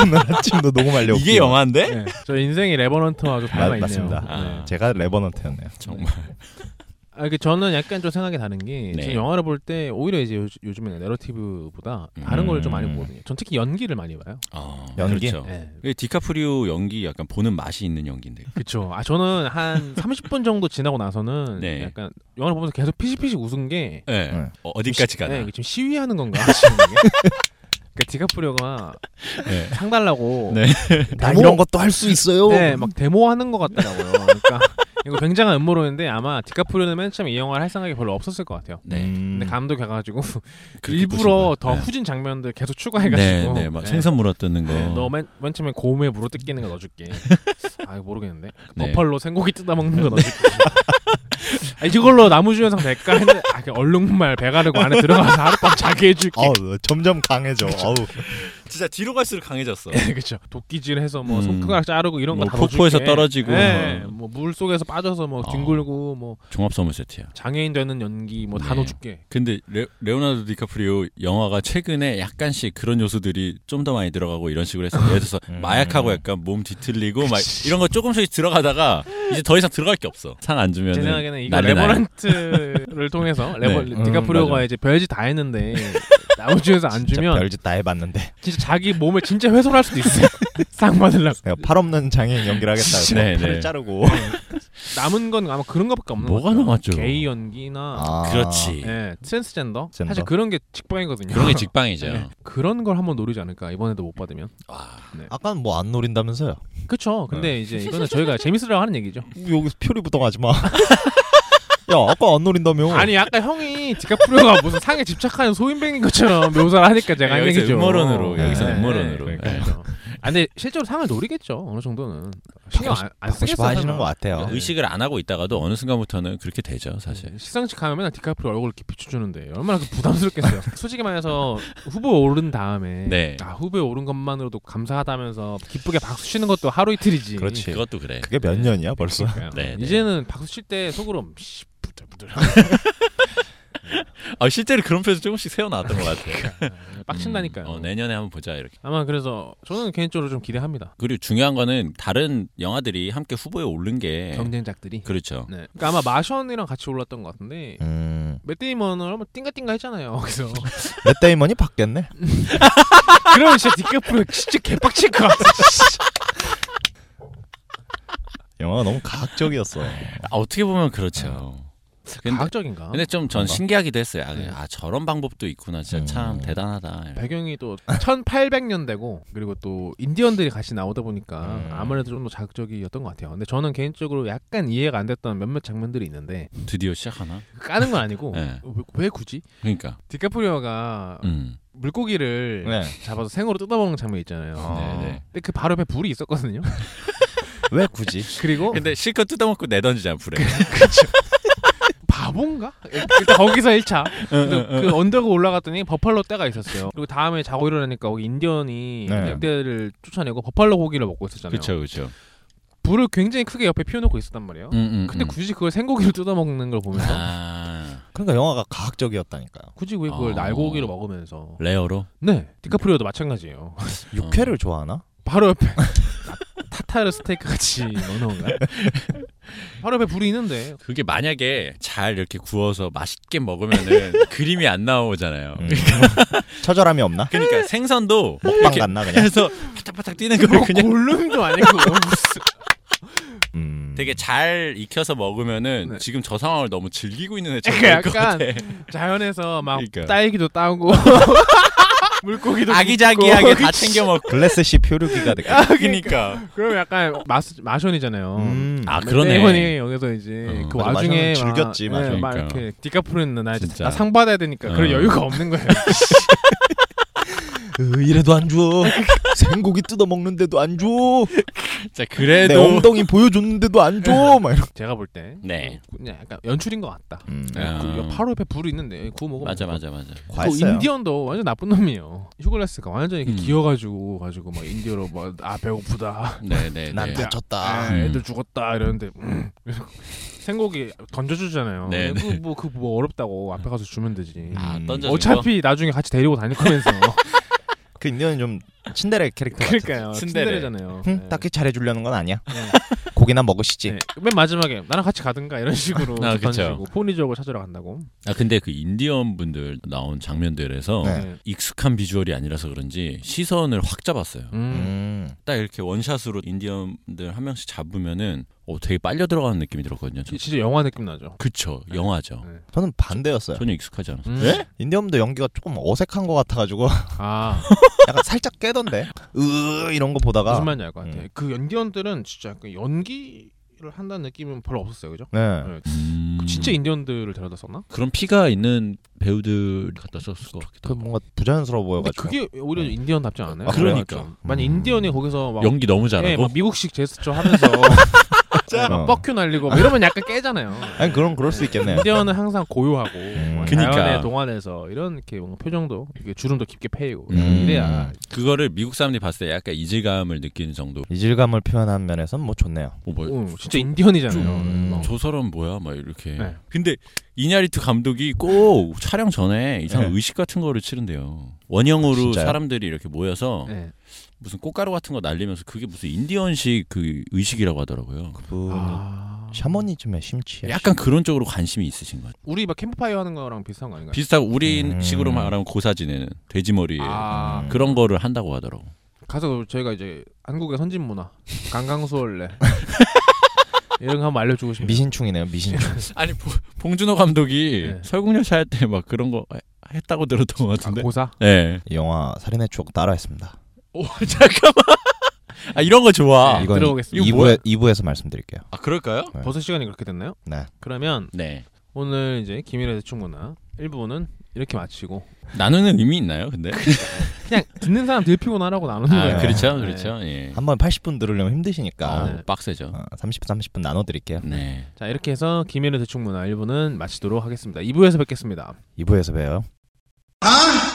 S3: 오늘 아침도 녹음하려고.
S2: 네. 이게 영화인데?
S1: 네. 저 인생이 레버넌트와 아주
S3: 맞,
S1: 닮아있네요
S3: 맞습니다.
S2: 아.
S3: 제가 레버넌트였네요.
S2: 정말.
S1: 아, 그 저는 약간 좀 생각이 다른 게
S2: 네.
S1: 지금 영화를 볼 때 오히려 이제 요, 요즘에는 내러티브보다 다른 걸 좀 많이
S3: 음.
S1: 보거든요. 전 특히 연기를 많이 봐요.
S2: 어,
S3: 연기?
S2: 그렇죠.
S1: 네.
S2: 그 디카프리오 연기 약간 보는 맛이 있는 연기인데.
S1: 그렇죠. 아 저는 한 30분 정도 지나고 나서는
S2: 네.
S1: 약간 영화를 보면서 계속 피식피식 웃은 게
S2: 네.
S3: 네.
S2: 어, 어디까지 가나?
S1: 네, 이게 지금 시위하는 건가 싶은 게. 그러니까 디카프리오가
S2: 네.
S1: 상 달라고
S2: 네.
S3: 나
S1: 데모-
S3: 이런 것도 할 수 있어요.
S1: 네, 막 데모하는 것 같더라고요. 그러니까 이거 굉장한 음모론인데 아마 디카프리오는 맨 처음 이 영화를 할 생각이 별로 없었을 것 같아요.
S2: 네.
S3: 음.
S1: 근데 감독이 가가지고
S2: 그렇게
S1: 음, 일부러
S2: 보시면-
S1: 더
S2: 네.
S1: 후진 장면들 계속
S2: 네,
S1: 추가해가지고
S2: 네, 막
S1: 네.
S2: 생선 물어 뜯는 거.
S1: 네, 너맨 맨 처음에 고음에 물어 뜯기는 거 넣어줄게. 아 이거 모르겠는데.
S2: 네.
S1: 버팔로 생고기 뜯어 먹는 거 넣어줄게. 아, 이걸로 나무주연상 될까 했는데 아, 그 얼룩말 배 가르고 안에 들어가서 하룻밤 자게 해줄게.
S3: 아우 점점 강해져. 아우
S2: 진짜 뒤로 갈수록 강해졌어.
S1: 네, 그렇죠. 도끼질해서 뭐
S2: 음.
S1: 손가락 자르고 이런
S2: 뭐
S1: 거다
S2: 폭포에서 떨어지고.
S1: 네, 뭐물 속에서 빠져서 뭐
S2: 어.
S1: 뒹굴고 뭐
S2: 종합 선물 세트야.
S1: 장애인 되는 연기 뭐 다
S2: 네.
S1: 넣어줄게.
S2: 근데 레, 레오나르도 디카프리오 영화가 최근에 약간씩 그런 요소들이 좀 더 많이 들어가고 이런 식으로 해서 예를 들어서
S3: 음.
S2: 마약하고 약간 몸 뒤틀리고 막 이런 거 조금씩 들어가다가 이제 더 이상 들어갈 게 없어 상 안 주면
S1: 제 생각에는 이거
S2: 난리 나요. 음,
S1: 레버런트를 통해서 레버
S3: 네.
S1: 디카프리오가
S2: 맞아.
S1: 이제 별짓 다 했는데 나무주에서 안
S3: 진짜
S1: 주면
S3: 별짓 다 해봤는데
S1: 진짜 자기 몸을 진짜 훼손할 수도 있어요. 상 받으려고.
S3: 내가 팔 없는 장애인 연기를 하겠다.
S2: 진짜. 네,
S3: 팔을
S2: 네.
S3: 자르고.
S1: 남은 건 아마 그런 것밖에 없는 것
S2: 뭐가
S1: 같아요.
S2: 남았죠?
S1: 게이 연기나
S3: 아.
S2: 그렇지
S1: 예, 트랜스젠더?
S3: 젠더.
S1: 사실 그런 게 직방이거든요.
S2: 그런 게 직방이죠
S1: 네. 그런 걸 한번 노리지 않을까 이번에도 못 받으면.
S2: 와,
S3: 아까는 뭐 안 노린다면서요?
S1: 그쵸. 근데
S2: 네.
S1: 이제 이거는 저희가 재밌으라고 하는 얘기죠.
S3: 음. 여기서 표리 부동하지 마. 야 아까 안
S2: 어.
S3: 노린다며.
S1: 아니 아까 형이 디카프리오가 무슨 상에 집착하는 소인뱅인 것처럼 묘사를 하니까 제가 한
S2: 네, 여기서
S1: 얘기죠. 네.
S2: 음모론으로,
S3: 여기서
S2: 음모론으로. 네.
S1: 그러니까요. 아, 근데 실제로 상을 노리겠죠 어느 정도는. 신경 안, 안
S3: 받고
S1: 쓰겠어.
S2: 뭐
S3: 싶어 하시는
S1: 설마.
S3: 것 같아요.
S1: 네.
S2: 의식을 안 하고 있다가도 어느 순간부터는 그렇게 되죠 사실
S1: 시상식 가면 맨날 디카프리오 얼굴 깊이 추주는데 얼마나 그 부담스럽겠어요. 솔직히 말해서 후보 오른 다음에
S2: 네.
S1: 아 후보에 오른 것만으로도 감사하다면서 기쁘게 박수 치는 것도 하루 이틀이지.
S3: 그렇지.
S2: 그것도 그래
S3: 그게 몇 년이야 벌써?
S1: 그러니까요.
S2: 네, 네.
S1: 이제는 박수 칠 때 속으로 음, 씨 부들부들
S2: 아 실제로 그런 표에서 조금씩 새어나왔던 것 같아요
S1: 빡친다니까요.
S2: 음, 어, 내년에 한번 보자 이렇게
S1: 아마 그래서 저는 개인적으로 좀 기대합니다.
S2: 그리고 중요한 거는 다른 영화들이 함께 후보에 오른 게
S1: 경쟁작들이.
S2: 예. 그렇죠
S1: 네. 그러니까 아마 마션이랑 같이 올랐던 것 같은데
S3: 음.
S1: 맷데이먼을 한번 띵가띵가 했잖아요. 그래서
S3: 맷 데이먼이 바뀌었네.
S1: 그러면 진짜 디카프리오 진짜 개빡칠 것 같아.
S3: 영화가 너무 과학적이었어.
S2: 아, 어떻게 보면 그렇죠 근데,
S1: 과학적인가?
S2: 근데 좀 전
S3: 뭔가?
S2: 신기하기도 했어요. 아,
S1: 네.
S2: 아 저런 방법도 있구나. 진짜 참
S3: 음.
S2: 대단하다.
S1: 배경이 또 1800년대고 그리고 또 인디언들이 같이 나오다 보니까
S3: 음.
S1: 아무래도 좀 더 자극적이었던 것 같아요. 근데 저는 개인적으로 약간 이해가 안 됐던 몇몇 장면들이 있는데
S2: 드디어 시작하나?
S1: 까는 건 아니고
S2: 네.
S1: 왜, 왜 굳이
S2: 그러니까.
S1: 디카프리오가
S2: 음.
S1: 물고기를
S3: 네.
S1: 잡아서 생으로 뜯어먹는 장면 있잖아요.
S3: 어.
S2: 네, 네.
S1: 근데 그 바로 옆에 불이 있었거든요.
S3: 왜 굳이?
S1: 그리고
S2: 근데 실컷 뜯어먹고 내던지잖아 불에.
S1: 바본가? 일단 거기서 1차
S2: 응, 응, 응.
S1: 그 언덕을 올라갔더니 버팔로 떼가 있었어요. 그리고 다음에 자고 일어나니까 거기 인디언이
S3: 네.
S1: 늑대를 쫓아내고 버팔로 고기를 먹고 있었잖아요.
S2: 그쵸 그쵸.
S1: 불을 굉장히 크게 옆에 피워놓고 있었단 말이에요.
S2: 음, 음,
S1: 근데
S2: 음.
S1: 굳이 그걸 생고기로 뜯어먹는 걸 보면서
S2: 아
S3: 그러니까 영화가 과학적이었다니까요.
S1: 굳이 왜 그걸
S2: 어.
S1: 날고기로 먹으면서
S2: 레어로.
S1: 네 디카프리오도 마찬가지예요.
S3: 육회를 좋아하나?
S1: 바로 옆에 타타르 스테이크 같이 넣어놓은 거야. 바로 옆에 불이 있는데
S2: 그게 만약에 잘 이렇게 구워서 맛있게 먹으면은 그림이 안 나오잖아요.
S3: 음. 처절함이 없나?
S2: 그러니까 생선도
S3: 먹방 갔나 그냥?
S2: 그래서 바짝바짝 뛰는
S1: 그거
S2: 걸 그냥
S1: 골룸도 아니고 무슨
S3: 음.
S2: 되게 잘 익혀서 먹으면은
S1: 네.
S2: 지금 저 상황을 너무 즐기고 있는 애처럼
S1: 그러니까
S2: 보일 것
S1: 약간
S2: 같아.
S1: 자연에서 막
S2: 그러니까.
S1: 딸기도 따고 물고기도
S2: 아기자기하게
S1: 있고.
S2: 다 챙겨 먹고.
S3: 글래스 씨 표류기가 되게.
S2: 그러니까.
S1: 아, 그럼 약간 마스, 마션이잖아요.
S3: 음.
S2: 아
S1: 일본이
S2: 그러네.
S1: 여기서 이제
S2: 어.
S1: 그
S3: 맞아,
S1: 와중에
S3: 마션은 즐겼지,
S1: 막, 네,
S2: 마션.
S1: 막
S2: 그러니까.
S1: 이렇게 디카프리오는 나 이제
S2: 진짜.
S1: 나상 받아야 되니까 그런
S2: 어.
S1: 여유가 없는 거예요.
S3: 으, 이래도 안 줘. 생고기 뜯어 먹는데도 안 줘.
S2: 자
S3: 내
S2: 그래도
S3: 엉덩이 보여줬는데도 안 줘. 막 이런.
S1: 제가 볼 때
S2: 네.
S1: 그냥 약간 연출인 것 같다.
S3: 음.
S2: 아.
S1: 그 바로 옆에 불이 있는데 구워 먹으면
S2: 맞아 맞아 맞아.
S1: 또
S3: 과했어요.
S1: 그 인디언도 완전 나쁜 놈이에요. 휴글라스가 완전히 이렇게
S2: 음.
S1: 기어가지고 가지고 막 인디어로 뭐, 막아 배고프다.
S2: 네네. 네.
S3: 난
S1: 아,
S3: 다쳤다.
S2: 음.
S1: 애들 죽었다 이러는데 음. 생고기 던져주잖아요.
S2: 네,
S1: 그뭐그 뭐 어렵다고 앞에 가서 주면 되지.
S2: 아
S3: 음.
S2: 던져.
S1: 어차피 나중에 같이 데리고 다닐 거면서
S3: 그 인디언은 좀 친데레 캐릭터 같아.
S1: 그러니까요.
S2: 친데레.
S1: 친데레잖아요.
S3: 흥,
S1: 네.
S3: 딱히 잘해주려는 건 아니야.
S1: 네.
S3: 고기나 먹으시지.
S1: 네. 맨 마지막에 나랑 같이 가든가 이런 식으로
S2: 아, 그쵸.
S1: 던지고 포니족을 찾으러 간다고.
S2: 아 근데 그 인디언 분들 나온 장면들에서
S3: 네.
S2: 익숙한 비주얼이 아니라서 그런지 시선을 확 잡았어요.
S1: 음.
S3: 음.
S2: 딱 이렇게 원샷으로 인디언들 한 명씩 잡으면은 어, 되게 빨려 들어가는 느낌이 들었거든요. 저-
S1: 진짜 영화 느낌 나죠.
S2: 그쵸 영화죠.
S1: 네.
S3: 저는 반대였어요.
S2: 전혀 익숙하지 않아요.
S1: 음.
S3: 네? 인디언도 연기가 조금 어색한 것 같아가지고
S1: 아
S3: 약간 살짝 깨던데. 으 이런 거 보다가.
S1: 무슨 말인지 알 것 같아.
S3: 음.
S1: 그 연기원들은 진짜 약간 연기를 한다는 느낌은 별로 없었어요, 그죠?
S3: 네.
S1: 네.
S2: 음...
S1: 그 진짜 인디언들을 데려다 썼나?
S2: 그런 피가 있는 배우들 갖다 썼을 것 같기도
S3: 그
S2: 하고
S3: 뭔가 부자연스러워
S1: 근데
S3: 보여가지고.
S1: 그게 오히려
S2: 네.
S1: 인디언답지 않아요?
S3: 아,
S2: 그러니까.
S1: 좀. 만약
S3: 음.
S1: 인디언이 거기서 막,
S2: 연기 너무 잘하고
S1: 예, 막 미국식 제스처 하면서 막
S3: 어.
S1: 뻑큐 날리고 막 이러면 약간 깨잖아요.
S3: 아니 그럼 그럴 수 있겠네요.
S1: 인디언은 항상 고요하고 뭐
S2: 음. 그니까.
S1: 자연의 동안에서 이런 이렇게 뭔가 표정도 이게 주름도 깊게 패이고
S2: 음.
S1: 이래야
S2: 그거를 미국 사람들이 봤을 때 약간 이질감을 느끼는 정도.
S3: 이질감을 표현한 면에서는 뭐 좋네요.
S2: 어, 뭐,
S1: 어, 진짜 인디언이잖아요.
S3: 음.
S1: 어.
S2: 저 사람 뭐야? 막 이렇게.
S1: 네.
S2: 근데 이냐리트 감독이 꼭 촬영 전에 이상
S3: 네.
S2: 의식 같은 거를 치른대요. 원형으로
S3: 진짜요?
S2: 사람들이 이렇게 모여서
S1: 네.
S2: 무슨 꽃가루 같은 거 날리면서 그게 무슨 인디언식 그 의식이라고 하더라고요.
S3: 그분
S1: 아.
S3: 샤머니즘에 심취해.
S2: 약간 그런 쪽으로 관심이 있으신 것 같아요.
S1: 우리 막 캠프파이어 하는 거랑 비슷한 거 아닌가요?
S2: 비슷하고 우리
S3: 음.
S2: 식으로 말하면 고사지내는 돼지머리에
S1: 아, 그
S3: 음.
S2: 그런 거를 한다고 하더라고.
S1: 가서 저희가 이제 한국의 선진 문화 강강수월래 이런 거 한번 알려주고 싶네요.
S3: 미신충이네요. 미신충.
S2: 아니 봉- 봉준호 감독이
S1: 네.
S2: 설국열차 할 때 막 그런 거 해- 했다고 들었던 것
S1: 아,
S2: 같은데.
S1: 고사
S2: 네.
S3: 영화 살인의 추억 따라했습니다.
S2: 오 잠깐만. 아 이런 거 좋아.
S1: 네,
S3: 이건
S1: 들어보겠습니다.
S2: 이거 뭐야?
S3: 2부에, 2부에서 말씀드릴게요.
S2: 아 그럴까요?
S3: 네.
S1: 벌써 시간이 그렇게 됐나요?
S3: 네.
S1: 그러면
S2: 네.
S1: 오늘 이제 김일의 대충문화 1부는 이렇게 마치고
S2: 나누는 의미 있나요? 근데.
S1: 그냥 듣는 사람 들피곤 하라고 나누는
S2: 아
S1: 거예요.
S2: 그렇죠,
S1: 네.
S2: 그렇죠. 예.
S3: 한 번 80분 들으려면 힘드시니까
S2: 아,
S1: 네.
S2: 빡세죠.
S3: 어, 30분 30분 나눠드릴게요.
S2: 네.
S1: 자 이렇게 해서 김일의 대충문화 1부는 마치도록 하겠습니다. 2부에서 뵙겠습니다.
S3: 2부에서 봬요.
S4: Huh?